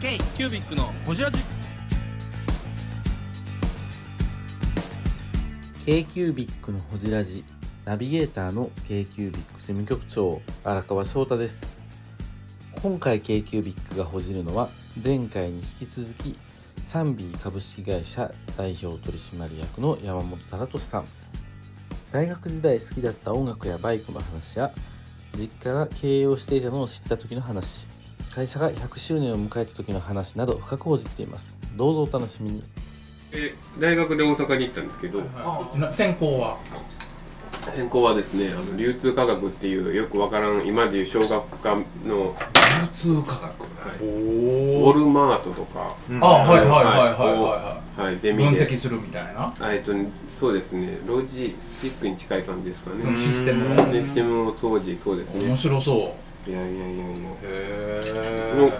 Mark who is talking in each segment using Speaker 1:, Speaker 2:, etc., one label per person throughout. Speaker 1: K キュービックのホジラジ
Speaker 2: k q b i c のほじラジナビゲーターの k q b i c 事務局長荒川翔太です今回 k q b i c がほじるのは前回に引き続きサンビー株式会社代表取締役の山本忠俊さん大学時代好きだった音楽やバイクの話や実家が経営をしていたのを知った時の話会社が100周年を迎えた時の話など深く報じていますどうぞお楽しみに
Speaker 3: え大学で大阪に行ったんですけど、
Speaker 4: あ先行は
Speaker 3: 専攻はですねあの流通科学っていうよくわからん今でいう小学科の、
Speaker 5: 流通科学
Speaker 3: はいウォ
Speaker 4: お
Speaker 3: ルマートとか、
Speaker 4: あはいはいはいはいはいは
Speaker 3: はい、ゼ
Speaker 4: い
Speaker 3: ミ
Speaker 4: 分
Speaker 3: で
Speaker 4: 析するみたいな
Speaker 3: あえっとそうですねロジスティックに近い感じですかね
Speaker 4: そのシステム
Speaker 3: ロ
Speaker 4: の
Speaker 3: ジステムも当時そうです
Speaker 4: 面
Speaker 3: ね
Speaker 4: 白そ
Speaker 3: いやいやいやいう
Speaker 4: へ
Speaker 3: や
Speaker 4: え
Speaker 3: の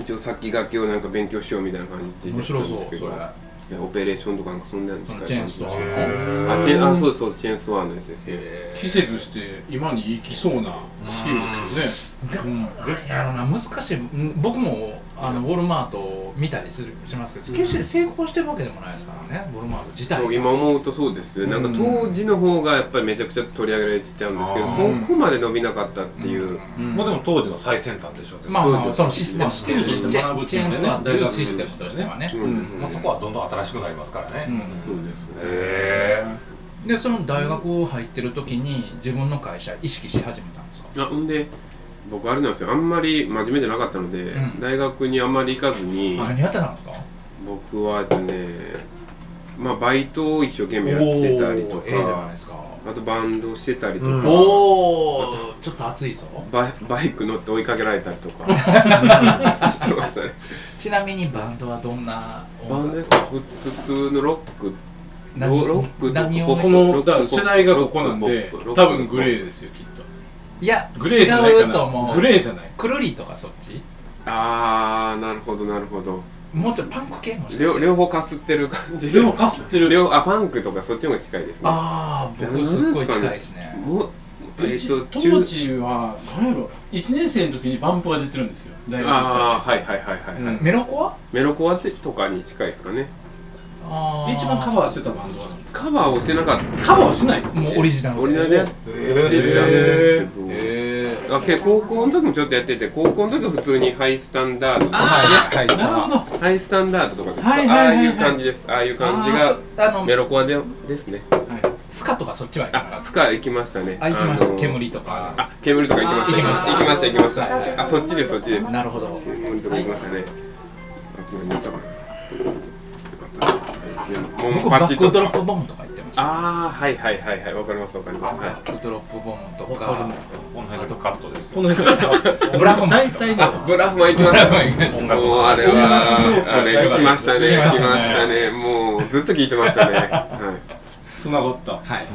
Speaker 3: 一応先駆けをなんか勉強しようみたいな感じで
Speaker 4: 面白そう
Speaker 3: やったん
Speaker 4: そ
Speaker 3: で
Speaker 4: れ
Speaker 3: すけどいやオペレーションとかなんかそんなん
Speaker 4: その
Speaker 3: で
Speaker 4: チ
Speaker 3: す
Speaker 4: ェーンストアの
Speaker 3: あチェーンあそうですそうですチェーンストアのやつですね
Speaker 6: 季節して今に行きそうなスキルです
Speaker 4: でもなんやろな難しいん僕もあのウォルマートを見たりするしますけど決して成功してるわけでもないですからねウォルマート自体
Speaker 3: そう
Speaker 4: が
Speaker 3: 今思うとそうですよなんか当時の方がやっぱりめちゃくちゃ取り上げられてたんですけど
Speaker 5: あ
Speaker 4: ー
Speaker 3: そこまで伸びなかったっていう、
Speaker 4: うん
Speaker 5: まあでも当時の最先端でしょうけど
Speaker 4: まあまあそのシス
Speaker 3: ま
Speaker 4: テム
Speaker 3: あ
Speaker 6: スキルとして学ぶって
Speaker 4: チ
Speaker 6: い
Speaker 4: ェ
Speaker 6: う
Speaker 4: ー
Speaker 6: ん
Speaker 4: ン
Speaker 6: で
Speaker 4: ス
Speaker 6: ね
Speaker 4: トアっていうシステムとしてはね
Speaker 3: うん
Speaker 5: まあそこはどんどん新しくなりますからね、
Speaker 4: うん
Speaker 3: そうですね、
Speaker 5: へえ
Speaker 4: でその大学を入ってる時に自分の会社意識し始めたんですか
Speaker 3: あほんで僕あれなんですよあんまり真面目じゃなかったので、
Speaker 4: うん
Speaker 3: 大学にあんまり行かずに、
Speaker 4: 何やってたんですか
Speaker 3: 僕はねまあバイトを一生懸命やってたりと
Speaker 4: ええじゃない
Speaker 3: か
Speaker 4: ですか
Speaker 3: あとバンドしてたりとか、
Speaker 5: うん
Speaker 4: おおちょっと熱いぞ
Speaker 3: バイバイク乗って追いかけられたり とかしてましたね
Speaker 4: ちなみにバンドはどんな
Speaker 3: バンドですかふ普通のロック
Speaker 4: 何
Speaker 3: ロックと
Speaker 4: 何
Speaker 3: ポッ
Speaker 4: を
Speaker 3: プ
Speaker 6: このだから世代がここなんで
Speaker 3: ロックポップ
Speaker 6: 多分グレーですよきっと
Speaker 4: いや
Speaker 6: グレーじゃないか
Speaker 4: 違うと思
Speaker 6: な
Speaker 4: う
Speaker 6: グレーじゃない
Speaker 4: くるりとかそっち
Speaker 3: あーなるほどなるほど
Speaker 4: もうちょっとパンク系もしかし
Speaker 3: 両
Speaker 4: て
Speaker 3: 両方かすってる感じ
Speaker 6: でもかすってる
Speaker 3: 両あパンクとかそっちも近いですね
Speaker 4: ああ僕すっごい近いですね
Speaker 3: もうえ
Speaker 6: う
Speaker 3: っ、
Speaker 6: ち
Speaker 3: と
Speaker 6: 当
Speaker 3: 中
Speaker 6: 時は何やろ1年生の時にバンプが出てるんですよ大学の
Speaker 3: ああ
Speaker 6: 確か
Speaker 3: はいはいはいはい、はい
Speaker 6: うん
Speaker 4: メロコア
Speaker 3: メロコアテとかに近いですかね
Speaker 4: あ
Speaker 6: で一番カ
Speaker 4: ー
Speaker 6: バーしてたバンドはなんですか
Speaker 3: カバーをしてなかっ
Speaker 6: カバーはしない
Speaker 4: もうオリジナ
Speaker 3: た
Speaker 4: ル
Speaker 3: オリジナルでやってたんですけど、あけ高校の時もちょっとやってて高校の時は普通にハイスタンダードとか
Speaker 6: なるほど
Speaker 3: ハイスタンダードとかです、
Speaker 6: はいはいはい
Speaker 3: あ
Speaker 6: はい
Speaker 3: あいう感じですああいう感じ
Speaker 4: あ
Speaker 3: が
Speaker 4: ーそあの
Speaker 3: メロコアでですね
Speaker 4: スカとかそっちは行かなか
Speaker 3: あ
Speaker 4: っ
Speaker 3: スカ行きましたね
Speaker 4: たあ行きまし
Speaker 3: あ
Speaker 4: た
Speaker 3: の
Speaker 4: 煙とか
Speaker 3: あ煙とか行きました
Speaker 4: あー
Speaker 3: 行きました行きました
Speaker 4: 行きました
Speaker 3: あそっちですそっちです
Speaker 4: なるほど
Speaker 3: 煙とか行きましたねあっち何行ったかなあれですねも
Speaker 4: 僕
Speaker 3: うパ
Speaker 4: バ
Speaker 3: チ
Speaker 4: ッ
Speaker 3: ッと
Speaker 4: クドロップボムとか行ってました
Speaker 3: ああはいはいはいはいわかりますわかります
Speaker 4: バ
Speaker 3: は
Speaker 4: ックドロップボムと
Speaker 5: こ
Speaker 4: か
Speaker 5: の辺がカットです
Speaker 6: この辺ちょっと
Speaker 4: ブラフマ
Speaker 5: 大
Speaker 4: ンとか
Speaker 5: 体ね
Speaker 3: いブラフマ行きました
Speaker 5: 音楽
Speaker 3: もうあれはあれ来ましたね
Speaker 4: 来ま
Speaker 3: 来
Speaker 4: したね
Speaker 3: ましたねもうずっと聞いてましたねはい
Speaker 6: つながった
Speaker 4: はい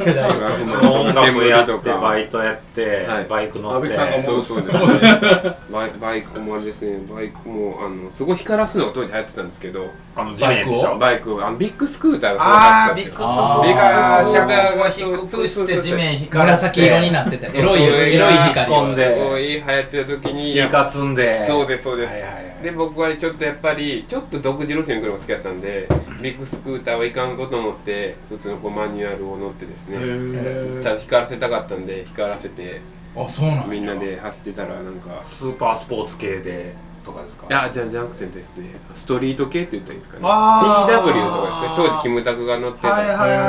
Speaker 5: 世代
Speaker 3: ブラフマ
Speaker 5: 音楽や
Speaker 3: 煙と
Speaker 5: って
Speaker 3: か
Speaker 5: バイトやって、
Speaker 3: はい
Speaker 5: バイク乗って
Speaker 6: 安倍さんがも
Speaker 3: そうそうですねバイバイクもあれですねバイクもあのすごい光らすのが当時流行ってたんですけど
Speaker 5: あの地面でしょ
Speaker 3: バイクをあのビッグスクーターがすごかったんですよ
Speaker 4: あ
Speaker 3: ビッグス
Speaker 4: ービ
Speaker 3: ク
Speaker 4: ッ
Speaker 3: ーターが
Speaker 5: 面光らせて
Speaker 4: 紫色になっててエロいエロい光
Speaker 5: そうそうそう
Speaker 3: すごい流行ってた時
Speaker 5: ス
Speaker 3: に
Speaker 5: ピーカー積んで
Speaker 3: そうですそうです、
Speaker 5: はいはいはい
Speaker 3: で僕はちょっとやっぱりちょっと独自路線に来るのが好きだったんでビッグスクーターはいかんぞと思って普通のこうマニュアルを乗ってです
Speaker 6: へ
Speaker 3: ね
Speaker 6: ー
Speaker 3: ただ光らせたかったんで光らせて
Speaker 4: あそうなんだ
Speaker 3: みんなで走ってたらなんか
Speaker 5: スーパースポーツ系でとかですか
Speaker 3: いやじゃなくてですねストリート系って言ったらいいですかね TW
Speaker 5: あー
Speaker 3: とかですね当時キムタクが乗ってた、
Speaker 5: はいはいはいはい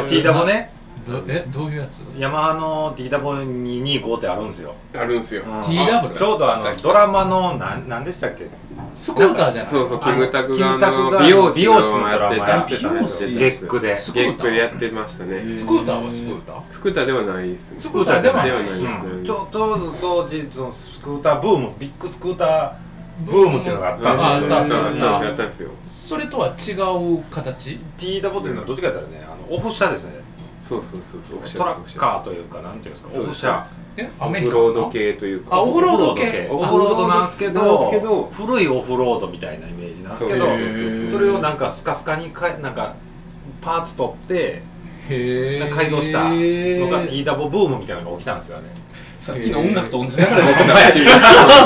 Speaker 5: はい T ボね
Speaker 4: どえどういうやつ
Speaker 5: ヤマハの T ダボ225ってあるんですよ、
Speaker 3: あるんすよ、
Speaker 5: うん
Speaker 4: TW
Speaker 5: ちょうどあのドラマのなんなんでしたっけ
Speaker 4: スクーターじゃない
Speaker 3: そうそうキムタクがあ
Speaker 5: キムタク
Speaker 3: の
Speaker 5: が
Speaker 3: 美容師
Speaker 5: 美容師
Speaker 3: の
Speaker 5: のド
Speaker 3: やっ
Speaker 5: ラ
Speaker 3: て
Speaker 5: マ
Speaker 3: た
Speaker 5: や
Speaker 3: やっ
Speaker 5: ってて
Speaker 3: た
Speaker 5: た
Speaker 3: ん
Speaker 5: ん
Speaker 3: で
Speaker 5: ですす
Speaker 3: よ
Speaker 5: よゲックで
Speaker 4: スク
Speaker 3: ゲ
Speaker 4: ー
Speaker 3: ッ
Speaker 4: タ
Speaker 3: クでやっ
Speaker 4: ー
Speaker 3: てましたね
Speaker 4: スクーターはスクーター
Speaker 3: 福田ではないですね
Speaker 5: スクーターじゃない
Speaker 3: ではないですね、
Speaker 5: うんちょうど当時そのスクーターブームビッグスクーターブームっていうのがあっ
Speaker 3: あああ
Speaker 5: た
Speaker 3: っ
Speaker 5: んです
Speaker 3: た
Speaker 5: よ、
Speaker 3: あったあった
Speaker 4: うん
Speaker 3: あったんですよ
Speaker 4: それとは違う形
Speaker 5: T ダボっていうのはどっちかやったらねあのオフ車ですね
Speaker 3: そうそうそうそう
Speaker 5: トラッカーというかなんていうんですかオフ車
Speaker 4: え
Speaker 3: ア
Speaker 4: ア
Speaker 3: メ
Speaker 4: メ
Speaker 3: リ
Speaker 4: リ
Speaker 3: カ
Speaker 4: カ
Speaker 3: ロード系というか
Speaker 4: あオフロード系
Speaker 5: オフロードなんですけ
Speaker 3: なんで
Speaker 5: ど
Speaker 3: すけど
Speaker 5: 古いオフロードみたいなイメージなんです
Speaker 3: そう
Speaker 5: け
Speaker 3: そ
Speaker 5: ど
Speaker 3: う
Speaker 6: へー
Speaker 5: それをなんかスカスカにかえなんかパーツ取って
Speaker 4: へ
Speaker 5: なん
Speaker 4: え
Speaker 5: か改造したのが T ダボブームみたいなのが起きたんですよね
Speaker 6: さっきの音楽と同じ流れ で僕らっていう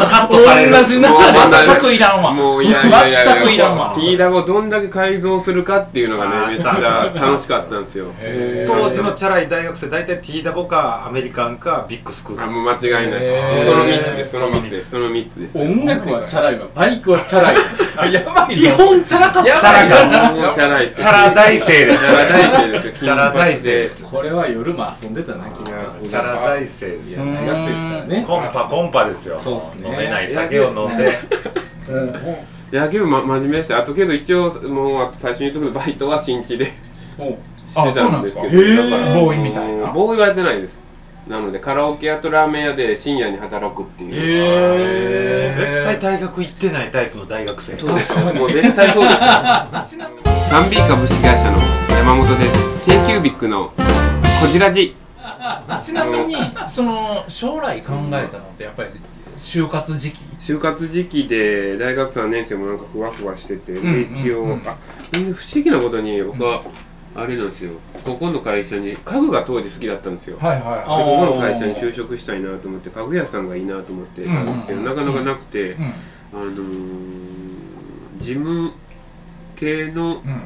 Speaker 6: 同じ流れ全くいらんわ
Speaker 3: もういやいやいや
Speaker 6: 全くいらんわ
Speaker 3: ティーダをどんだけ改造するかっていうのが
Speaker 5: あー
Speaker 3: ねめっちゃ楽しかったんですよ
Speaker 4: へ
Speaker 5: 当時のチャラい大学生大体ティーダボかアメリカンかビッグスクータ
Speaker 3: あ
Speaker 5: ー
Speaker 3: もう間違いない
Speaker 4: へ
Speaker 3: で
Speaker 4: ー
Speaker 3: すその3つですその3つですその3つです
Speaker 6: 音楽はチャ ラいわバイクはチャラいわ
Speaker 5: やば
Speaker 6: 基本チャラかっ
Speaker 5: や
Speaker 6: た
Speaker 5: ばいよ
Speaker 3: もうチャラいです
Speaker 5: チャラ大生で
Speaker 3: チ
Speaker 5: す
Speaker 3: ャラ大生ですよ
Speaker 5: チャラ大生です
Speaker 6: これは夜も遊んでたなきっと
Speaker 5: いや
Speaker 3: そう
Speaker 5: チャラ大生です
Speaker 6: い
Speaker 5: よ
Speaker 6: や大学生ですからね
Speaker 5: コンパコンパですよ
Speaker 6: そうっすね
Speaker 5: 飲めない酒を飲んで
Speaker 3: いやけど、ま、真面目でしたあとけど一応もうあと最初に言っとくとバイトは新地で
Speaker 6: お
Speaker 3: してたんですけど
Speaker 6: あそうなんですか
Speaker 3: だから
Speaker 6: へーボーイみたいな
Speaker 3: もうボーイはやってないですなのでカラオケ屋とラーメン屋で深夜に働くっていう
Speaker 6: へー
Speaker 5: 絶対大学行ってないタイプの大学生
Speaker 3: そうですよ。もう絶対そうですよ。 サンビー株式会社の山本です。K キュービックのこじらじ。
Speaker 4: ちなみにその将来考えたのってやっぱり就活時期
Speaker 3: 就活時期で大学3年生もなんかふわふわしてて、
Speaker 4: んうん
Speaker 3: で一応、あ、で不思議なことに僕は、あれなんですよ。ここの会社に家具が当時好きだったんですよ。で
Speaker 4: はいはい
Speaker 3: ここの会社に就職したいなと思って家具屋さんがいいなと思ってたんですけど、
Speaker 4: うん
Speaker 3: なかなかなくて、
Speaker 4: うん
Speaker 3: あのー事務系の
Speaker 4: うん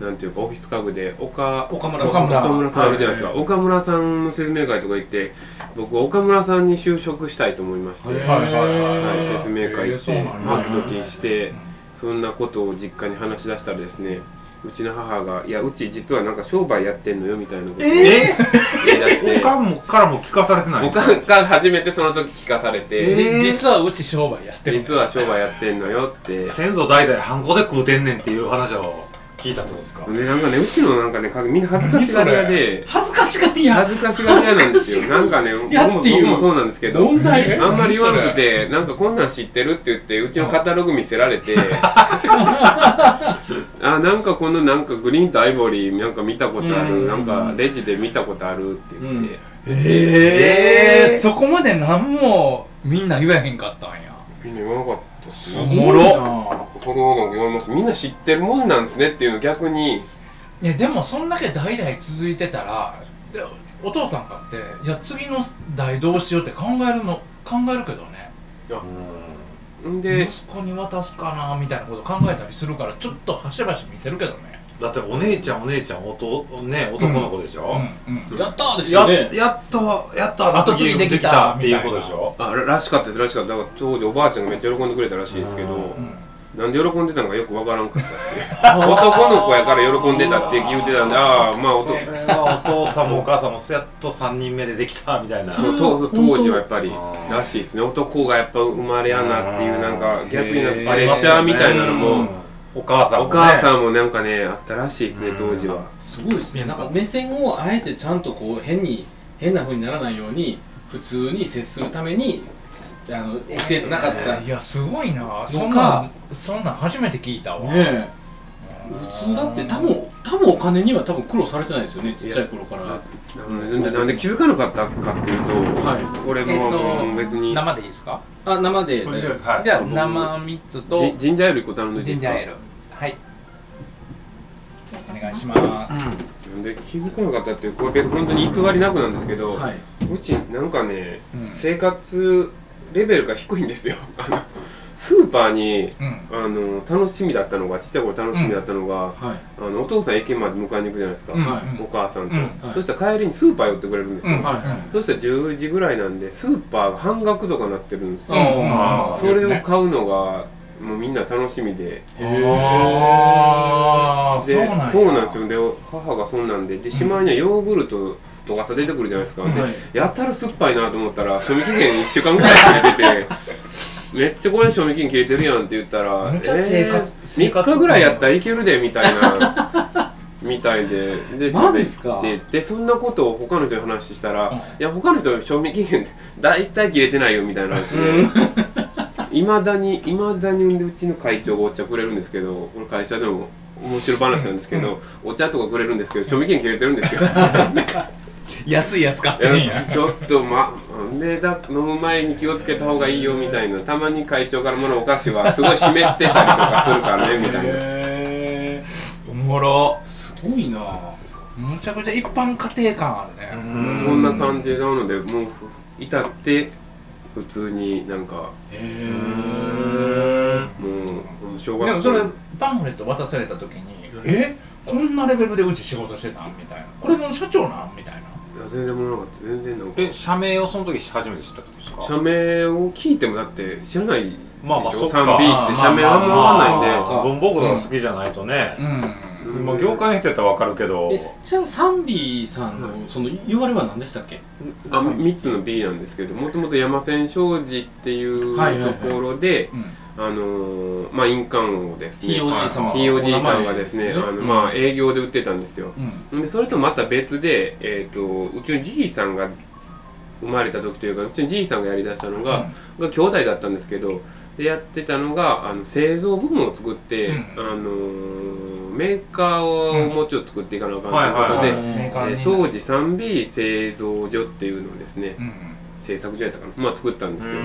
Speaker 3: なんていうかオフィス家具で岡
Speaker 5: 岡村
Speaker 4: さん
Speaker 3: 岡村さんあるじゃないですか、
Speaker 5: は
Speaker 3: 岡村さんの説明会とか行って僕岡村さんに就職したいと思いまして、
Speaker 4: はい
Speaker 3: は
Speaker 4: はいはい
Speaker 3: い、説明会
Speaker 4: え
Speaker 3: 行
Speaker 4: ー
Speaker 3: っ
Speaker 4: そう
Speaker 3: て
Speaker 4: なんだ
Speaker 3: マキドキしてそんなことを実家に話し出したらですねうちの母が「いやうち実はなんか商売やってんのよ」みたいなことを言い
Speaker 5: え
Speaker 3: 出して、
Speaker 5: おかんもからも聞かされてない
Speaker 3: おかんから初めてその時聞かされ
Speaker 5: え
Speaker 3: て
Speaker 5: ー
Speaker 4: じ実はうち商売や
Speaker 3: 「
Speaker 4: ってる
Speaker 3: 実は商売やってんのよ」って。
Speaker 5: 先祖代々ハンコで食うてんねんっていう話を聞いたってことですか
Speaker 3: でなんかね、うちのなんかね、家具みんな恥ずかしがり屋で、
Speaker 6: 恥ずかしがりや
Speaker 3: 恥ずかしがり屋なんですよ。なんかね、僕
Speaker 6: や
Speaker 3: も
Speaker 6: っていう
Speaker 3: 僕もそうなんですけど、
Speaker 6: 問題
Speaker 3: あんまり言わなくて、なんかこんなん知ってるって言って、うちのカタログ見せられ て、あ、なんかこのなんかグリーンとアイボリーなんか見たことあ
Speaker 6: う
Speaker 3: る、
Speaker 6: ん
Speaker 3: なんかレジで見たことあるって言って、
Speaker 4: ええそこまで何もみんな言わへんかったんや
Speaker 3: みんな言わなかったっす
Speaker 4: お
Speaker 3: ね。
Speaker 4: もろ
Speaker 3: それをなんか言われます。みんな知ってるもんなんですねっていうの逆に、
Speaker 4: いやでもそんだけ代々続いてたらでお父さんかっていや次の代どうしようって考えるの考えるけどね
Speaker 3: んで、
Speaker 4: 息子に渡すかなみたいなこと考えたりするからちょっと端々見せるけどね
Speaker 5: だってお姉ちゃんお姉ちゃんおとね男の子でしょ、
Speaker 4: うんうん
Speaker 6: やったーです
Speaker 5: や
Speaker 6: よね
Speaker 5: やっとやっと
Speaker 4: 後継ぎできた
Speaker 5: っていうことでしょ
Speaker 3: あららしかったです、らしかった。だから当時おばあちゃんがめっちゃ喜んでくれたらしいですけど
Speaker 4: う、ん
Speaker 3: なんで喜んでたのかよくわからんかったっていう。 男の子やから喜んでたって言うてたんで、ああ、まあ
Speaker 5: そ
Speaker 3: 男。
Speaker 5: れはお父さんもお母さんもやっと3人目でできたみたいな
Speaker 3: そう当当時はやっぱり
Speaker 5: あー
Speaker 3: らしいですね男がやっぱ生まれやなっていうなんか逆になん
Speaker 5: へ
Speaker 3: かプレッシャーみたいなの
Speaker 5: う
Speaker 3: も
Speaker 5: んお母さんも、
Speaker 3: お
Speaker 5: ね、
Speaker 3: 母さんもなんかねあったらしいですね当時は
Speaker 6: すごいですねなんか目線をあえてちゃんとこう変に変な風にならないように普通に接するためにあの教えてなかった
Speaker 4: い
Speaker 6: ね
Speaker 4: やすごいなそんなんそんなん初めて聞いたわ、
Speaker 6: え普通だって多分多分お金には多分苦労されてないですよねちっちゃい頃からは
Speaker 3: なんでなんで気づかなかったかっていうと
Speaker 6: い
Speaker 3: 俺ももう別に
Speaker 4: 生でいいですか
Speaker 6: あ生で
Speaker 5: とりあえず
Speaker 6: 大丈夫です
Speaker 5: はい
Speaker 4: じゃあ
Speaker 3: 僕
Speaker 4: 生3つと
Speaker 3: じジンジャーエール一個頼んでいい
Speaker 4: ジ
Speaker 3: で
Speaker 4: ン
Speaker 3: す
Speaker 4: ジ
Speaker 3: か
Speaker 4: ャーエールはいお願いします
Speaker 3: なんで気づかなかったっていうこれ別に本当に偽りなくなんですけど
Speaker 6: はいう
Speaker 3: ちなんかね
Speaker 4: うん
Speaker 3: 生活レベルが低いんですよ あのスーパーに
Speaker 4: うん
Speaker 3: あの楽しみだったのがちっちゃい頃楽しみだったのが、
Speaker 6: はい
Speaker 3: あのお父さん駅まで迎えに行くじゃないですか、
Speaker 4: うん
Speaker 6: はい
Speaker 4: うん
Speaker 3: お母さんと、
Speaker 4: うん
Speaker 6: はい
Speaker 3: そしたら帰りにスーパー寄ってくれるんですよ、
Speaker 4: うん
Speaker 6: はい
Speaker 3: そしたら10時ぐらいなんでスーパーが半額とかなってるんですよ、
Speaker 4: うん
Speaker 5: あー
Speaker 3: それを買うのがもうみんな楽しみで
Speaker 6: へ
Speaker 4: あー
Speaker 3: で
Speaker 4: や
Speaker 3: なんですよで母がそうなんででしまいにはヨーグルトとかさ出てくるじゃないですか、で
Speaker 6: はい
Speaker 3: やたら酸っぱいなと思ったら賞味期限1週間ぐらい切 れててめっちゃこれ賞味期限切れてるやんって言ったら
Speaker 4: めっちゃ生活生活
Speaker 3: 3日ぐらいやったらいけるでみたいな みたいでで
Speaker 6: マジっすか
Speaker 3: ででそんなことを他の人に話したら、
Speaker 4: うん
Speaker 3: いや他の人賞味期限って大体切れてないよみたいな話でいまだにいまだにうちの会長がお茶くれるんですけどこれ会社でも面白い話なんですけど、お茶とかくれるんですけど賞味期限切れてるんですよ
Speaker 4: 安いやつ買っ
Speaker 3: い
Speaker 4: てんや
Speaker 3: やちょっとまでだ飲む前に気をつけた方がいいよみたいなたまに会長からもらうお菓子はすごい湿ってたりとかするからねみたいな。
Speaker 6: へー
Speaker 4: おもろ
Speaker 6: すごいな
Speaker 4: むちゃくちゃ一般家庭感あるね
Speaker 3: そんな感じなのでもう至って普通になんか
Speaker 6: へ
Speaker 3: もうもう小学校
Speaker 4: でもそれパンフレット渡された時に「えこんなレベルでうち仕事してたん?」みたいな「これの社長なん?」みたいない
Speaker 3: や全然もらなかった全然なんか
Speaker 5: え社名をその時初めて知った時ですか
Speaker 3: 社名を聞いてもだって知らないでしょ、
Speaker 5: まあまあそっか
Speaker 3: 3P って社名あんまわかんないん
Speaker 5: あ
Speaker 3: で
Speaker 5: ー文房具とか好きじゃないとね、
Speaker 4: うん
Speaker 3: ん
Speaker 5: まあ、業界の人やったらわかるけど
Speaker 6: えちなみにサンビーさんのその言われは何でしたっけ
Speaker 3: あ3つの B なんですけどもともと山千商事っていう
Speaker 6: はいはいは
Speaker 3: と
Speaker 6: い
Speaker 3: ころで、あのーまあ印鑑をですね
Speaker 6: ひいおじいさま
Speaker 3: ひいおじいさんがですね
Speaker 6: お名前ですね
Speaker 3: あの、
Speaker 6: うん
Speaker 3: まあ営業で売ってたんですよ、
Speaker 4: うん
Speaker 3: でそれとまた別で、えー、とうちのじいさんが生まれた時というかうちのじいさんがやりだしたのが,、が兄弟だったんですけどでやってたのがあの製造部門を作って、
Speaker 4: うん
Speaker 3: あのーメーカーをもうちょっと作っていかなあかんということで、
Speaker 5: はいはい
Speaker 4: メーカ
Speaker 3: え
Speaker 4: ー
Speaker 3: ー
Speaker 4: に
Speaker 3: 当時 3B 製造所っていうのをですね
Speaker 4: うん
Speaker 3: 製作所やったかな、まあ、作ったんですよ
Speaker 5: う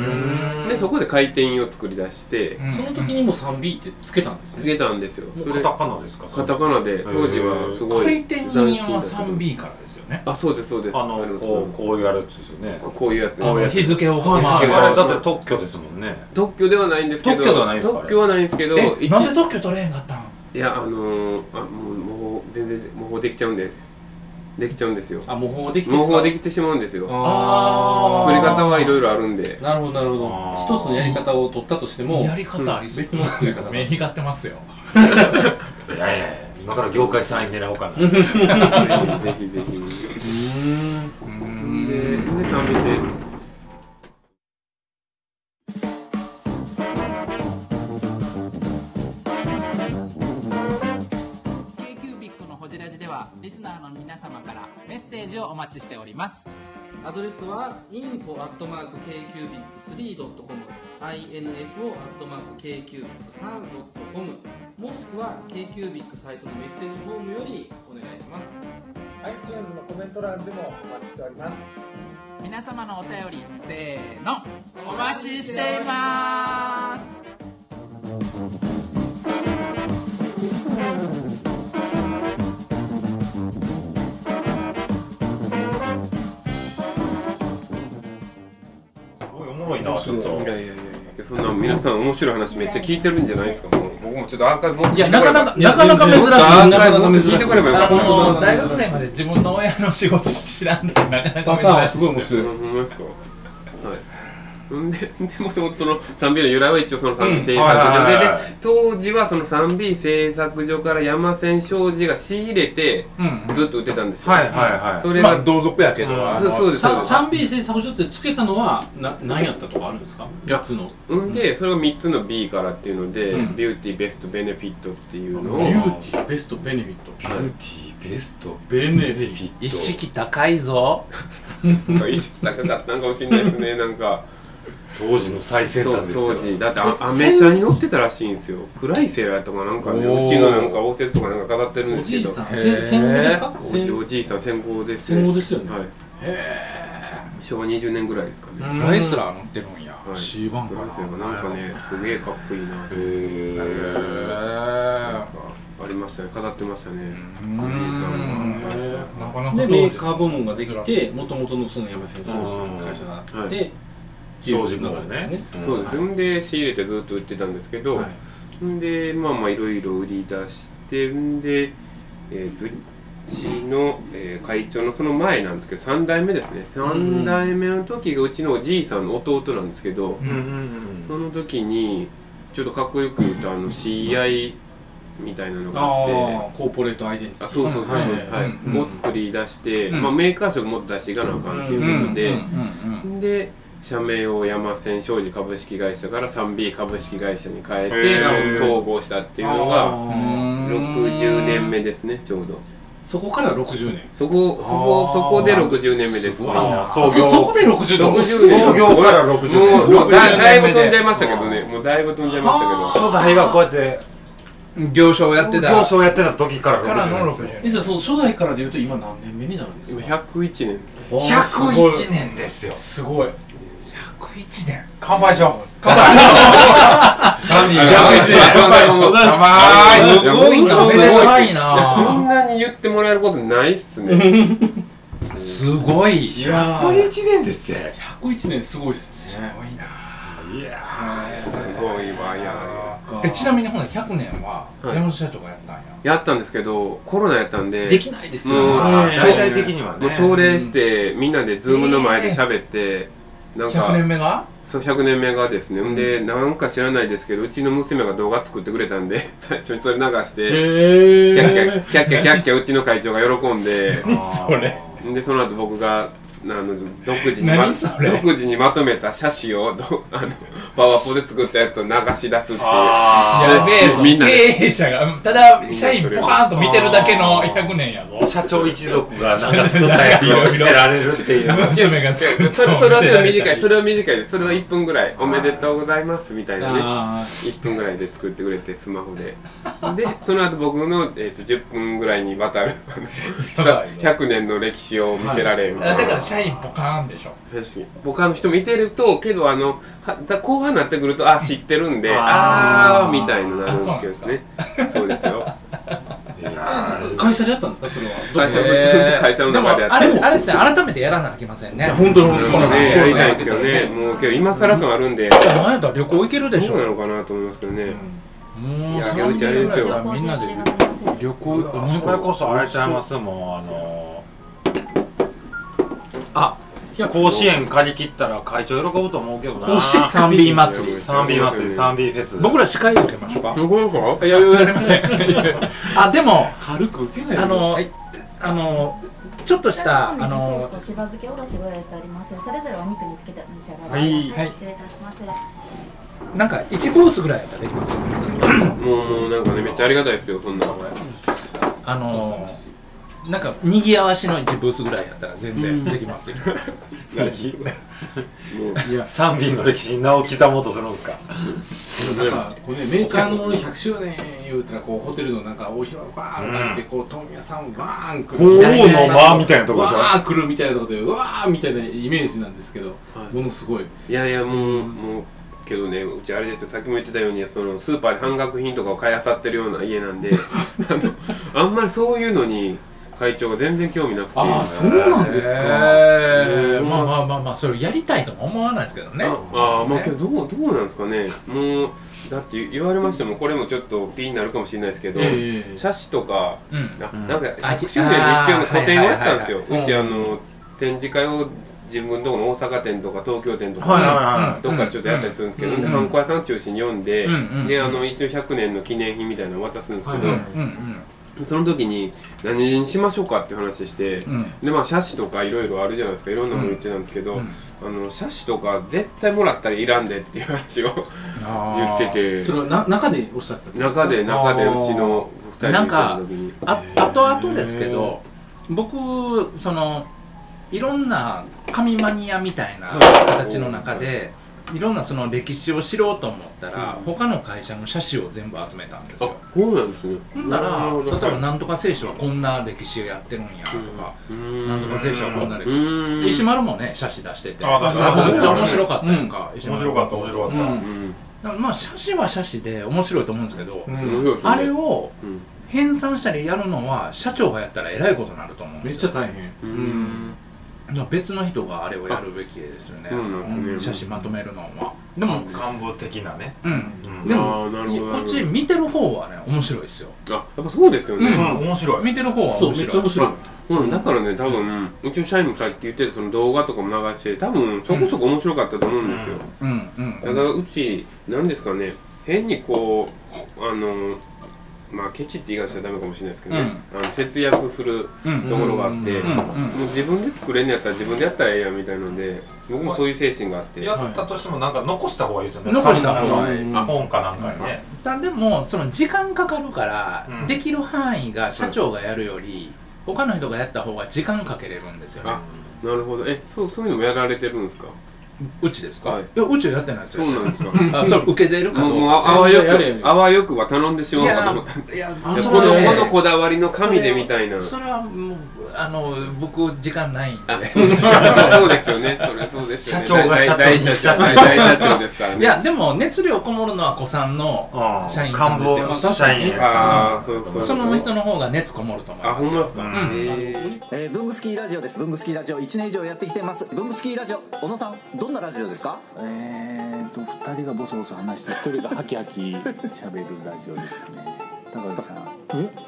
Speaker 5: ん
Speaker 3: でそこで回転員を作り出して
Speaker 4: うん
Speaker 6: その時にも 3B ってつけたんです
Speaker 3: つ
Speaker 6: ね
Speaker 3: けたんですよそ
Speaker 5: カ
Speaker 3: れ
Speaker 5: タカナですか
Speaker 3: カタカナで当時はすごい
Speaker 4: 回転人は
Speaker 3: 斬新だった
Speaker 4: 3B からですよね
Speaker 3: あそうですそうです
Speaker 5: あのこうこういうやるやつですよね
Speaker 3: ここういうやつです
Speaker 4: あの日付を
Speaker 3: はい
Speaker 5: あ
Speaker 3: はい
Speaker 5: れ
Speaker 3: はい
Speaker 5: だって特許ですもんね
Speaker 3: 特許ではないんですけど
Speaker 5: 特許ではないんですか
Speaker 3: 特許はないんですけど
Speaker 4: え
Speaker 3: 一
Speaker 4: なんで特許取れへんかったん
Speaker 3: いやあのー、あもうもう全然模倣できちゃうんでできちゃうんですよ
Speaker 6: あ模倣できて
Speaker 3: 模倣で
Speaker 6: き
Speaker 3: きてしまうんですよ
Speaker 6: あー
Speaker 3: 作り方はいろいろあるんで
Speaker 6: なるほどなるほど
Speaker 5: あー
Speaker 6: 一つのやり方を取ったとしても
Speaker 4: やり方ありそう
Speaker 6: 別の作り方
Speaker 4: 目光ってますよ
Speaker 5: いやいやいや今から業界3位狙おうかな
Speaker 3: ぜひぜひぜひ
Speaker 4: う
Speaker 3: でで
Speaker 4: ん
Speaker 3: 三味線
Speaker 7: 京急ビックのホジラジではリスナーの皆様からメッセージをお待ちしております
Speaker 8: アドレスは info.kcubic3.com info.kcubic3.com もしくは KQBIC サイトのメッセージフォームよりお願いします
Speaker 9: iTunes のコメント欄でもお待ちしております
Speaker 7: 皆様のお便りせーのお待ちしています
Speaker 5: すごいおもろいなちょっと
Speaker 3: いやいやいやいやそんな皆さん面白い話めっちゃ聞いてるんじゃないですかもう僕もちょっとアーカイブ持ってきてくれば
Speaker 6: いやなかなか珍しい
Speaker 3: もっとアーカ
Speaker 6: なか
Speaker 3: イ
Speaker 6: な
Speaker 3: ブ
Speaker 6: か
Speaker 3: 持っ
Speaker 6: 珍してい
Speaker 3: 聞いてくればよか
Speaker 4: あ
Speaker 3: った
Speaker 4: の大学生まで自分の親の仕事知らんってなかなか
Speaker 6: パターンはすごい面白い
Speaker 3: あほんまですかはいほんで、でもともとその 3B の由来は一応その 3B 製作
Speaker 5: うんはいはいはい
Speaker 3: 所
Speaker 5: はい
Speaker 3: でで、当時はその 3B 製作所から山千商事が仕入れて、
Speaker 4: うん
Speaker 3: ずっと売ってたんですよ。
Speaker 5: はいはいはい
Speaker 3: それ
Speaker 4: まあ
Speaker 3: が、
Speaker 4: 同族やけど
Speaker 5: うん
Speaker 3: そうそうです、そうで
Speaker 6: さ
Speaker 3: す。
Speaker 6: 3B 製作所ってつけたのはな何やったとかあるんですか
Speaker 3: いや
Speaker 6: 8つの
Speaker 3: ほんで、それが3つの B からっていうので、
Speaker 6: うん
Speaker 3: ビューティー、ベスト、ベネフィットっていうの
Speaker 6: ビ
Speaker 3: を、
Speaker 6: ューティーベストベネフィット
Speaker 5: ビューティーベスト
Speaker 6: ベネフィット
Speaker 5: 一式
Speaker 4: 高いぞ
Speaker 3: 意識高かったんかもしれないですね、なんか。
Speaker 5: 当時の最先端
Speaker 3: と
Speaker 5: ですよ
Speaker 3: 当時だってあアメ車に乗ってたらしいんですよ暗いセーラーとかなんかね
Speaker 6: おー
Speaker 3: うちのなんか応接とかなんか飾ってるん
Speaker 6: お
Speaker 3: です
Speaker 6: じ
Speaker 3: け
Speaker 6: い
Speaker 3: ど
Speaker 6: さん
Speaker 3: へ
Speaker 6: せ戦後ですか
Speaker 3: ーおじ
Speaker 6: 戦
Speaker 3: おじいさん戦後です
Speaker 6: 戦後ですよね
Speaker 3: はい昭和20年ぐらいですかね、
Speaker 4: ライスラー乗ってるんや
Speaker 3: はい
Speaker 4: C バンか
Speaker 3: 暗いセーラー
Speaker 4: な
Speaker 3: なんかねすげえかっこいいな
Speaker 5: へ
Speaker 3: なん
Speaker 5: ー
Speaker 3: かありましたね飾ってましたね
Speaker 4: うん
Speaker 3: おじいさんも
Speaker 4: へーなかなか
Speaker 6: でメーカー部門ができてもともとのその山先生の会社があって、
Speaker 3: は
Speaker 5: 庄司もね
Speaker 3: そうです、
Speaker 5: ね
Speaker 3: んで仕入れてずっと売ってたんですけど、
Speaker 6: はい
Speaker 3: んでまあまあいろいろ売り出してんでえっ、とうちの、えー会長のその前なんですけど3代目ですね3代目の時がうちのおじいさんの弟なんですけど、
Speaker 5: うんうんうん
Speaker 3: その時にちょっとかっこよく言うとあの CI みたいなのがあって。
Speaker 6: ああコーポレートアイデンティティ
Speaker 3: あそうそうそうそう、
Speaker 6: は
Speaker 3: はいい
Speaker 4: うんうん
Speaker 3: を作り出して、
Speaker 4: うん
Speaker 3: まあ、メーカー色もっと出していかなあかんっていうことで、
Speaker 4: うんうんうん
Speaker 3: で社名を山千商事株式会社から 3B 株式会社に変え
Speaker 5: へ
Speaker 3: て
Speaker 5: ー
Speaker 3: 統合したっていうの
Speaker 6: あ
Speaker 3: が
Speaker 6: ー
Speaker 3: 60年目ですねちょうど
Speaker 6: そこから60年
Speaker 3: そこそこ
Speaker 4: あー
Speaker 3: そこで60年目です
Speaker 6: すごいな
Speaker 3: も
Speaker 5: あー
Speaker 4: そ
Speaker 5: 創業
Speaker 4: そこで60度
Speaker 3: 60
Speaker 5: 創業から60
Speaker 3: うもうだ
Speaker 4: 60
Speaker 3: だいぶ飛んじゃいましたけどねもうだいぶ飛んじゃいましたけど
Speaker 5: 初代はこうやって
Speaker 4: 行商やってた
Speaker 5: 教師をやってた時から
Speaker 4: からの60
Speaker 5: 60
Speaker 6: えじゃあその初代からでいうと今何年目になるんです
Speaker 3: 今
Speaker 6: か
Speaker 3: 101年です
Speaker 5: 年101年ですよ
Speaker 6: すごい
Speaker 4: 101年
Speaker 5: 乾杯しよう
Speaker 3: 乾
Speaker 5: 乾杯しよう
Speaker 3: 杯
Speaker 5: 乾杯
Speaker 3: すごいな
Speaker 4: すごい
Speaker 3: こんなに言ってもらえることないっすね
Speaker 4: すごい
Speaker 6: いや
Speaker 3: これ1年ですよ
Speaker 6: 101年すごいですね
Speaker 4: いない
Speaker 3: やーすごいわいやー
Speaker 4: えちなみにほな100年は
Speaker 3: はい
Speaker 4: 山本社長がやったんや、
Speaker 3: やったんですけどコロナやったんで
Speaker 6: できないですよ
Speaker 3: もう
Speaker 6: ね
Speaker 3: 大
Speaker 5: 大々的には
Speaker 3: もう
Speaker 5: ね
Speaker 3: 朝礼して、みんなでズームの前で喋って、なんか
Speaker 4: 100年目が
Speaker 3: そう100年目がですね、ん、でなんか知らないですけどうちの娘が動画作ってくれたんで 最初にそれ流して、キ
Speaker 6: へ
Speaker 3: ャッキャキャッキャキャッキャうちの会長が喜んで
Speaker 4: それ
Speaker 3: でその後僕がつあの独自に,、
Speaker 4: 何それ
Speaker 3: 独自にまとめた写真を どあのパワポで作ったやつを流し出すっていう
Speaker 5: あ
Speaker 3: でみんな
Speaker 4: 経
Speaker 3: で
Speaker 4: 営者がただ社員ポカーンと見てるだけの100年やぞ
Speaker 5: 社長一族がなんか作ったやつを見せられるっていう
Speaker 4: 娘が作った
Speaker 3: それそれは でも短いそ
Speaker 4: れ
Speaker 3: れは短いですそれは1分ぐらい「おめでとうございます」みたいなね
Speaker 6: あー
Speaker 3: 1分ぐらいで作ってくれてスマホででその後僕の、えー、と10分ぐらいにわた るあの100年の歴史を見せられみたい
Speaker 4: だ
Speaker 3: な
Speaker 4: から社員ポカーンでしょ
Speaker 3: 確かに他の人見てるとけどあのはだ後半になってくるとあ知ってるんで
Speaker 5: あ
Speaker 3: あーみたいになるん
Speaker 4: あ
Speaker 3: ですけどねそうですよ
Speaker 6: 会社でやったんですかそれはど
Speaker 3: 会社,、
Speaker 6: こ
Speaker 3: 会社の
Speaker 4: でも
Speaker 3: 中でやっ
Speaker 4: あ
Speaker 3: て
Speaker 4: れ
Speaker 3: も
Speaker 4: あれですね改めてやらなきゃいけませんね
Speaker 6: 本当に
Speaker 3: うん
Speaker 4: この
Speaker 3: ね
Speaker 4: コ
Speaker 3: や
Speaker 4: ロ
Speaker 3: り
Speaker 4: ナ
Speaker 3: たい
Speaker 4: や
Speaker 3: ですけどねもうけど今更感あるんで
Speaker 4: 何やったら旅行行けるでし
Speaker 3: どうな
Speaker 4: ょ
Speaker 3: のかなと思いますけどね、
Speaker 4: も
Speaker 3: いうや
Speaker 4: そ
Speaker 3: 打ち上げですよ
Speaker 4: みんなで旅行
Speaker 5: う
Speaker 4: 行
Speaker 5: わそれこそあれちゃいますもんあのあ甲子園借り切ったら会長喜ぶと思うけどな
Speaker 4: 甲子園三 B 祭り
Speaker 5: 3B 祭り 3B フェス
Speaker 4: 僕ら司会受けましょうか
Speaker 3: すごいか
Speaker 4: いや言われませんあでも
Speaker 6: 軽く受けない
Speaker 4: あの、あのちょっとしたあ
Speaker 10: あの
Speaker 4: の
Speaker 10: しば漬けおろしご用意しております。それぞれお肉につけて召し上が
Speaker 5: は
Speaker 10: り
Speaker 5: い
Speaker 10: くださ
Speaker 4: はい
Speaker 10: 失礼いたします。
Speaker 4: なんか1ブースぐらいやったらできますよ
Speaker 3: もうもうなんかねめっちゃありがたいですよそんな
Speaker 4: あのなんかにぎわしの1ブースぐらいやったら全然できますよ、
Speaker 5: 3B の歴史に名を刻もうとするんですか
Speaker 6: なんかこうね、メーカーの100周年言うたらこうホテルのなんかお広場バーン借りてこう問屋さんバーン来る
Speaker 5: 鳳凰の間みたいなとこでしょ
Speaker 6: わー来るみたいなとこでうわーみたいなイメージなんですけど、
Speaker 3: はい
Speaker 6: ものすごい
Speaker 3: いやいやもう、もうけどねうちあれですよさっきも言ってたようにそのスーパーで半額品とかを買い漁ってるような家なんで あのあんまりそういうのに会長が全然興味なくて
Speaker 6: ああそうなんですか、
Speaker 4: えーまあまあまあまあそれやりたいとも思わないですけどね
Speaker 3: ああーまあけどどうどうなんですかねもうだって言われましてもこれもちょっとピーになるかもしれないですけど、
Speaker 6: ええ
Speaker 3: 写真とか
Speaker 4: うん
Speaker 3: な,、
Speaker 5: ん
Speaker 3: ん、か
Speaker 4: あ
Speaker 3: 100周年で一応の個展をやったんですよ、
Speaker 4: はいはいは
Speaker 3: う
Speaker 4: い
Speaker 3: ち
Speaker 4: は
Speaker 3: あの展示会を自分とこの大阪店とか東京店とか、
Speaker 4: はいはいはい
Speaker 3: どっかでちょっとやったりするんですけど、
Speaker 4: うん
Speaker 3: でハンコ屋さん中心に読んで、
Speaker 4: うんうん
Speaker 3: であの一応100年の記念品みたいなのを渡すんですけ
Speaker 4: うん
Speaker 3: ど、
Speaker 4: うんうん
Speaker 3: その時に何にしましょうかっていう話して、
Speaker 4: うん
Speaker 3: でまあ写真とかいろいろあるじゃないですかいろんなもの言ってたんですけど、
Speaker 4: う
Speaker 3: あ
Speaker 4: ん
Speaker 3: の写真とか絶対もらったらいらんでっていう話を 言
Speaker 4: あー
Speaker 3: ってて
Speaker 6: それはな中でおっしゃってたってことすか
Speaker 3: 中で中でうちの2人で
Speaker 4: なん
Speaker 3: 行
Speaker 4: か
Speaker 3: った時に
Speaker 4: あ後々ですけど僕そのいろんな紙マニアみたいな形の中でいろんなその歴史を知ろうと思ったら他の会社の写真を全部集めたんです
Speaker 3: あ
Speaker 4: よ
Speaker 3: そうなんですね
Speaker 4: ほんな
Speaker 3: な
Speaker 4: ら
Speaker 3: るほど
Speaker 4: 例えば「なんとか聖書はこんな歴史をやってるんや」とか「なんとか聖書はこんな歴史」
Speaker 3: ん
Speaker 4: 石丸もね写真出してて
Speaker 5: あ出してた
Speaker 4: めっちゃ面白かったやんか、石
Speaker 5: 面
Speaker 4: 丸
Speaker 5: 白かった面白かった、
Speaker 6: うん
Speaker 3: うん
Speaker 4: だからまあ写真は写真で面白いと思うんですけど、
Speaker 3: 面白いですね
Speaker 4: あれを
Speaker 3: うん
Speaker 4: 編纂したりやるのは社長がやったらえらいことになると思うん
Speaker 6: め
Speaker 4: で
Speaker 6: っ
Speaker 4: す
Speaker 6: ちゃ
Speaker 4: よ
Speaker 6: 大変
Speaker 3: うん
Speaker 4: 別の人があれをやるべきですよ
Speaker 3: あ
Speaker 4: ね、
Speaker 3: そうなんですね
Speaker 4: うん写真まとめるのはでも、
Speaker 5: 官房的なね、
Speaker 4: うん
Speaker 5: うん
Speaker 4: でも
Speaker 3: あーなるほどなるほど
Speaker 4: こっち見てる方はね面白いですよ
Speaker 3: あやっぱそうですよね、
Speaker 4: うん
Speaker 5: 面白い
Speaker 4: 見てる方は
Speaker 6: そう
Speaker 4: 面
Speaker 6: めっ
Speaker 4: 白
Speaker 6: ちゃ
Speaker 4: い
Speaker 6: 面白い
Speaker 3: うん、だからね、多分、うちの社員もさっき言ってたその動画とかも流して、多分そこそこ面白かったと思うんですよ。
Speaker 4: うんうん
Speaker 3: ただ、うち、なんですかね、変にこう、あの、まあ、ケチって言い方したらダメかもしれないですけどね、あの節約する
Speaker 4: うん
Speaker 3: ところがあって、
Speaker 4: うんうん
Speaker 3: もう自分で作れんのやったら自分でやったらええやんみたいなので、僕もそういう精神があって。
Speaker 5: やったとしてもなんか残した方がいいですよね
Speaker 4: 残した方
Speaker 6: がいい
Speaker 5: 紙の本かなんかにね、
Speaker 4: たでもその時間かかるから、
Speaker 5: うん
Speaker 4: できる範囲が社長がやるより、他の人がやった方が時間かけれるんですよね
Speaker 3: あなるほどえそうそういうのもやられてるんですか
Speaker 4: うちですか、
Speaker 3: はい
Speaker 4: い、やうちはやってないですよ
Speaker 3: そうなんですか
Speaker 4: あそれ受け出 るか
Speaker 3: もう
Speaker 4: どう
Speaker 3: もう
Speaker 4: か
Speaker 3: あわよ
Speaker 4: 全然やれやれ
Speaker 3: くあわよくは頼んでしまおうかと思った
Speaker 4: いや
Speaker 3: いやこのこのこだわりの神でみたいな
Speaker 4: それはもうあの僕時間ないんで
Speaker 3: あそうですかそうですよねそれそうですよね社長が社長に大社長大社長ですからね
Speaker 4: いやでも熱量こもるのは子さんの社員さんですよ
Speaker 5: 官房の社員やから
Speaker 4: あーそうそうその人の方が熱こもると思いますあほんまですかうん
Speaker 11: えー、ブングスキーラジオです。ブングスキーラジオ1年以上やってきてます。ブングスキーラジオ、小野さん、どんなラジオですかえーと、2人がボソボソ話して、1人がハキハキ喋るラジオですね。高橋さん。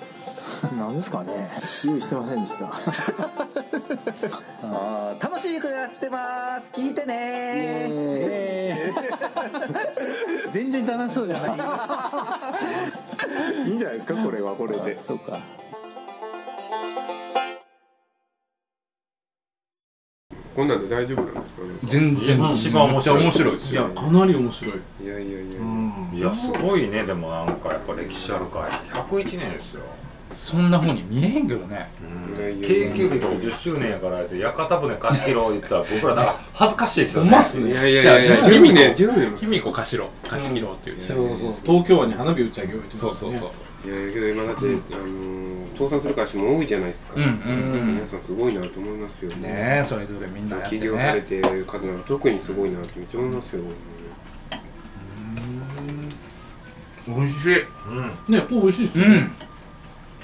Speaker 11: えなんですかね用意してませんでした。あー楽しい曲やってます。聞いてね全然楽しそうじゃ ない。いいんじゃないですか、これはこれで。そうか。
Speaker 3: こんなんで大丈夫なんですかね
Speaker 4: 全然一番面白いめっちゃ面白いですよいやかなり面
Speaker 3: 白いいやいやいや
Speaker 5: いやすごいねでもなんかやっぱ歴史ある会101年ですよ
Speaker 4: そんなふうに見えへんけどね
Speaker 5: 京急便って10周年やから言うと屋形船貸し切ろう言ったら僕らなん か恥ずかしいですよね
Speaker 6: ほんまっすねいやいやいやいや
Speaker 5: じゃあ
Speaker 6: 君ね
Speaker 5: 君ね
Speaker 4: 卑弥呼貸しろ貸し切ろうっていうね
Speaker 6: そうそうそう東京湾に花火打ち上げよう言ってました
Speaker 3: そ
Speaker 6: ね
Speaker 3: うそうそういやいやけど今だって、あのー倒産する会社も多いじゃないですか、
Speaker 4: うんうんうん
Speaker 3: 皆さんすごいなと思いますよ
Speaker 4: ねえそれぞれみんなやってね
Speaker 3: 起業されてる方なんか特にすごいなってめっちゃ思いますよ、
Speaker 4: 美味しい
Speaker 6: うんねこれ美味しいですよね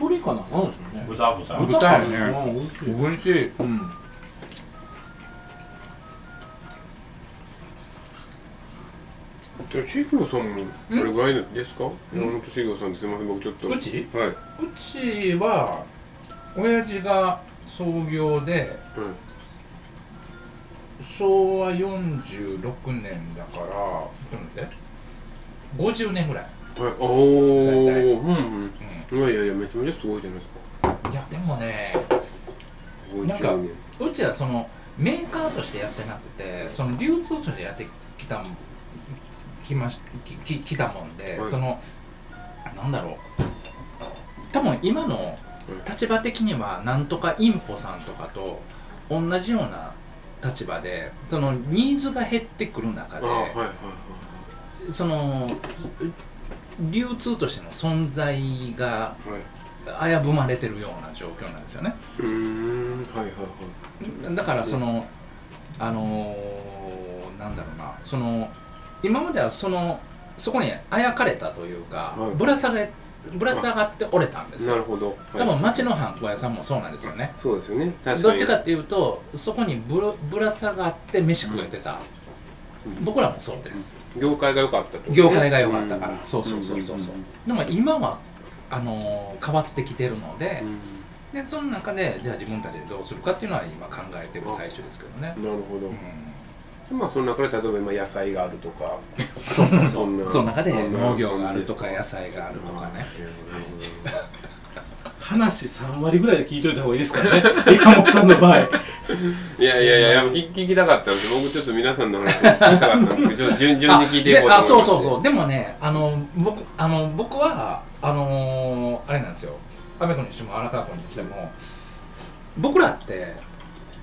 Speaker 6: 鶏かななんですよね
Speaker 5: 豚豚
Speaker 4: 豚やね
Speaker 6: うん美味しい
Speaker 4: 美味しいうん
Speaker 3: じゃあ、シグロさんもどれぐらいですか山本シグロさんですいません、僕ちょっと
Speaker 4: うち
Speaker 3: はいう
Speaker 4: ちは親父が創業で、昭和46年だからちょっと待って50年ぐらい
Speaker 3: はい、おー、うんうん、いやいやいや、めちゃめちゃすごいじゃないですか
Speaker 4: いやでもね
Speaker 3: 50
Speaker 4: なんか
Speaker 3: 年
Speaker 4: うちはそのメーカーとしてやってなくてその流通としてやってきたんきましきききたもんで、
Speaker 3: はい
Speaker 4: そのなんだろう多分今の立場的にはなんとかインポさんとかと同じような立場でそのニーズが減ってくる中で、
Speaker 3: あはいはいはい
Speaker 4: その流通としての存在が危ぶまれてるような状況なんですよね。
Speaker 3: うーん、はいはいはい
Speaker 4: だからそのあのーなんだろうなその今まではそのそこにあやかれたというか、ぶら下がぶら下がって折れたんですよ、
Speaker 3: なるほど、はい
Speaker 4: 多分町のハンコ屋さんもそうなんですよね
Speaker 3: そうですよね、確か
Speaker 4: どっ
Speaker 3: に
Speaker 4: ちかっていうとそこにぶらぶら下がって飯食えてた、僕らもそうです、
Speaker 3: 業界が良かったってことね
Speaker 4: 業界が良かったから、そうそうそうそうそう、
Speaker 3: んんん
Speaker 4: でも今はあのー変わってきてるので、でその中でじゃあ自分たちでどうするかっていうのは今考えてる最中ですけどね
Speaker 3: なるほど、でまあその中で例えば今野菜があるとか
Speaker 4: そうそうそ
Speaker 3: そん
Speaker 4: う
Speaker 3: な
Speaker 4: その中で
Speaker 3: そんな
Speaker 4: 農業があるとか野菜があるとかね
Speaker 6: 話3割ぐらいで聞いといた方がいいですからね山本さんの場合
Speaker 3: いやいやいや、やっぱ聞き聞きたかったんですよ僕ちょっと皆さんの話を聞きたかったんですけど、ちょっと順々に聞いていこうと思いま
Speaker 4: あ
Speaker 3: す。
Speaker 4: そうそうそうでもねあの僕あの僕はあのーあれなんですよ阿部君にしても荒川君にしても僕らって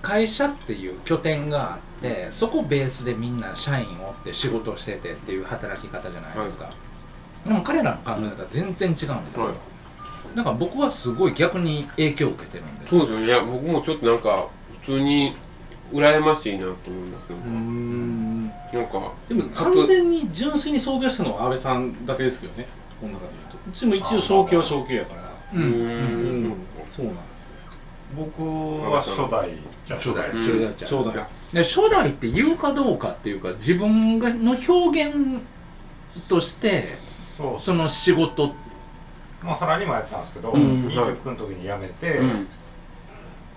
Speaker 4: 会社っていう拠点があってそこベースでみんな社員をって仕事をしててっていう働き方じゃないですか、でも彼らの考え方は全然違うんですよ、だから僕はすごい逆に影響を受けてるんです
Speaker 3: そうですよね。いや、僕もちょっとなんか、普通に羨ましいなと思います。
Speaker 6: うん
Speaker 3: なんか、
Speaker 6: でも完全に純粋に創業したのは安倍さんだけですけどねこの中で言うとうちも一応小級は小級やから
Speaker 5: うん
Speaker 6: うんそうなんですよ
Speaker 5: 僕は初代じゃあ
Speaker 4: 初代
Speaker 5: うん
Speaker 4: 初代じゃん
Speaker 6: 初代
Speaker 4: で初代って言うかどうかっていうか自分がの表現として
Speaker 5: そ
Speaker 4: の仕事
Speaker 5: まあサラリーマンやってたんですけど、
Speaker 4: うん
Speaker 5: 29の時に辞めて、
Speaker 4: うん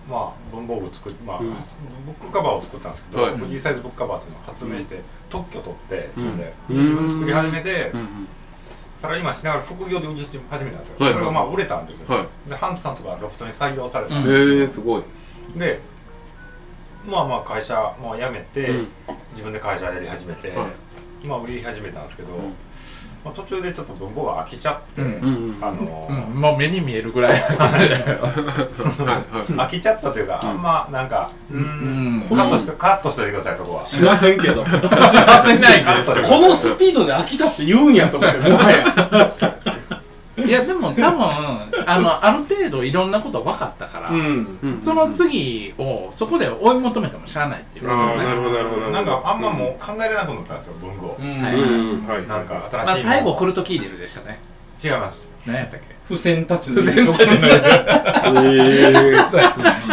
Speaker 5: まあ文房具作りまあ、
Speaker 4: うん
Speaker 5: 初ブックカバーを作ったんですけど、
Speaker 3: はい
Speaker 5: フリーサイズブックカバーっていうのを発明して、特許取ってそれで、
Speaker 3: うん
Speaker 5: 自分で作り始めて、
Speaker 3: うん
Speaker 5: サラリーマンしながら副業で売り始めたんですよ、
Speaker 3: はい
Speaker 5: それがまあ売れたんですよ、
Speaker 3: は
Speaker 5: でハンズさんとかロフトに採用され
Speaker 3: へ
Speaker 5: たんですよ、
Speaker 3: え、すごい。
Speaker 5: でまあまあ会社もう辞めて、
Speaker 3: うん
Speaker 5: 自分で会社やり始めて、
Speaker 3: は
Speaker 5: まあ売り始めたんですけど、まあ、途中でちょっと文房具は飽きちゃって、
Speaker 4: うん
Speaker 5: あの
Speaker 4: うん、もう目に見えるぐらい
Speaker 5: 飽きちゃったというか、あんまなんか、うんカットしてカットしていてくださいそこは
Speaker 6: しませんけどしませんけどこのスピードで飽きたって言うんやと思ってもは や
Speaker 4: いやでも多分あのある程度いろんなこと分かったから、
Speaker 6: うんうん
Speaker 4: その次をそこで追い求めてもしゃあないっていうことね
Speaker 5: なんかあんまもう考えれなくなったんですよ文具を、
Speaker 4: うん
Speaker 5: はい
Speaker 4: うん
Speaker 5: はいなんか
Speaker 4: まあ
Speaker 5: 新しい、
Speaker 4: 最後クルトキーデルでしたね
Speaker 5: 違います
Speaker 4: 何やったっ け
Speaker 6: 付箋たちの
Speaker 4: 付箋たちの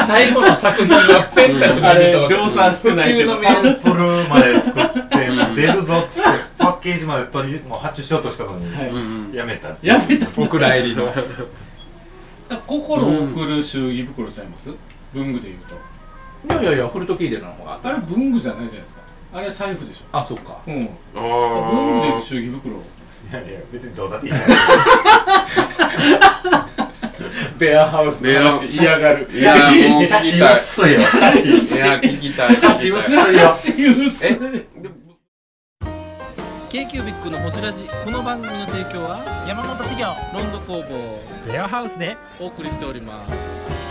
Speaker 4: 最後の作品は付箋たちの
Speaker 5: あれ
Speaker 4: 量産してない けど
Speaker 5: サンプルまで作って出るぞっつってパッケージまで取りもう発注しようとしたのに、やめた
Speaker 6: やめた
Speaker 5: 僕ら入りの
Speaker 6: 心を送る祝儀袋ちゃいます文具で言 うと
Speaker 4: いやいやいやフルトキーデルの方が
Speaker 6: あれ文具じゃないじゃないですかあれ財布でしょ
Speaker 4: あそっか
Speaker 6: うん
Speaker 4: あー
Speaker 6: 文具で言うと祝儀袋
Speaker 5: いやいや別にどうだっていいじゃ
Speaker 6: ベアハウスの話嫌がる
Speaker 3: いやもう聞きたい
Speaker 6: 写真薄い
Speaker 3: いや聞きたい
Speaker 6: 写真薄いよ写真薄い
Speaker 1: k q b i c のホジラジこの番組の提供は山本資源ロンド工房レアハウスでお送りしております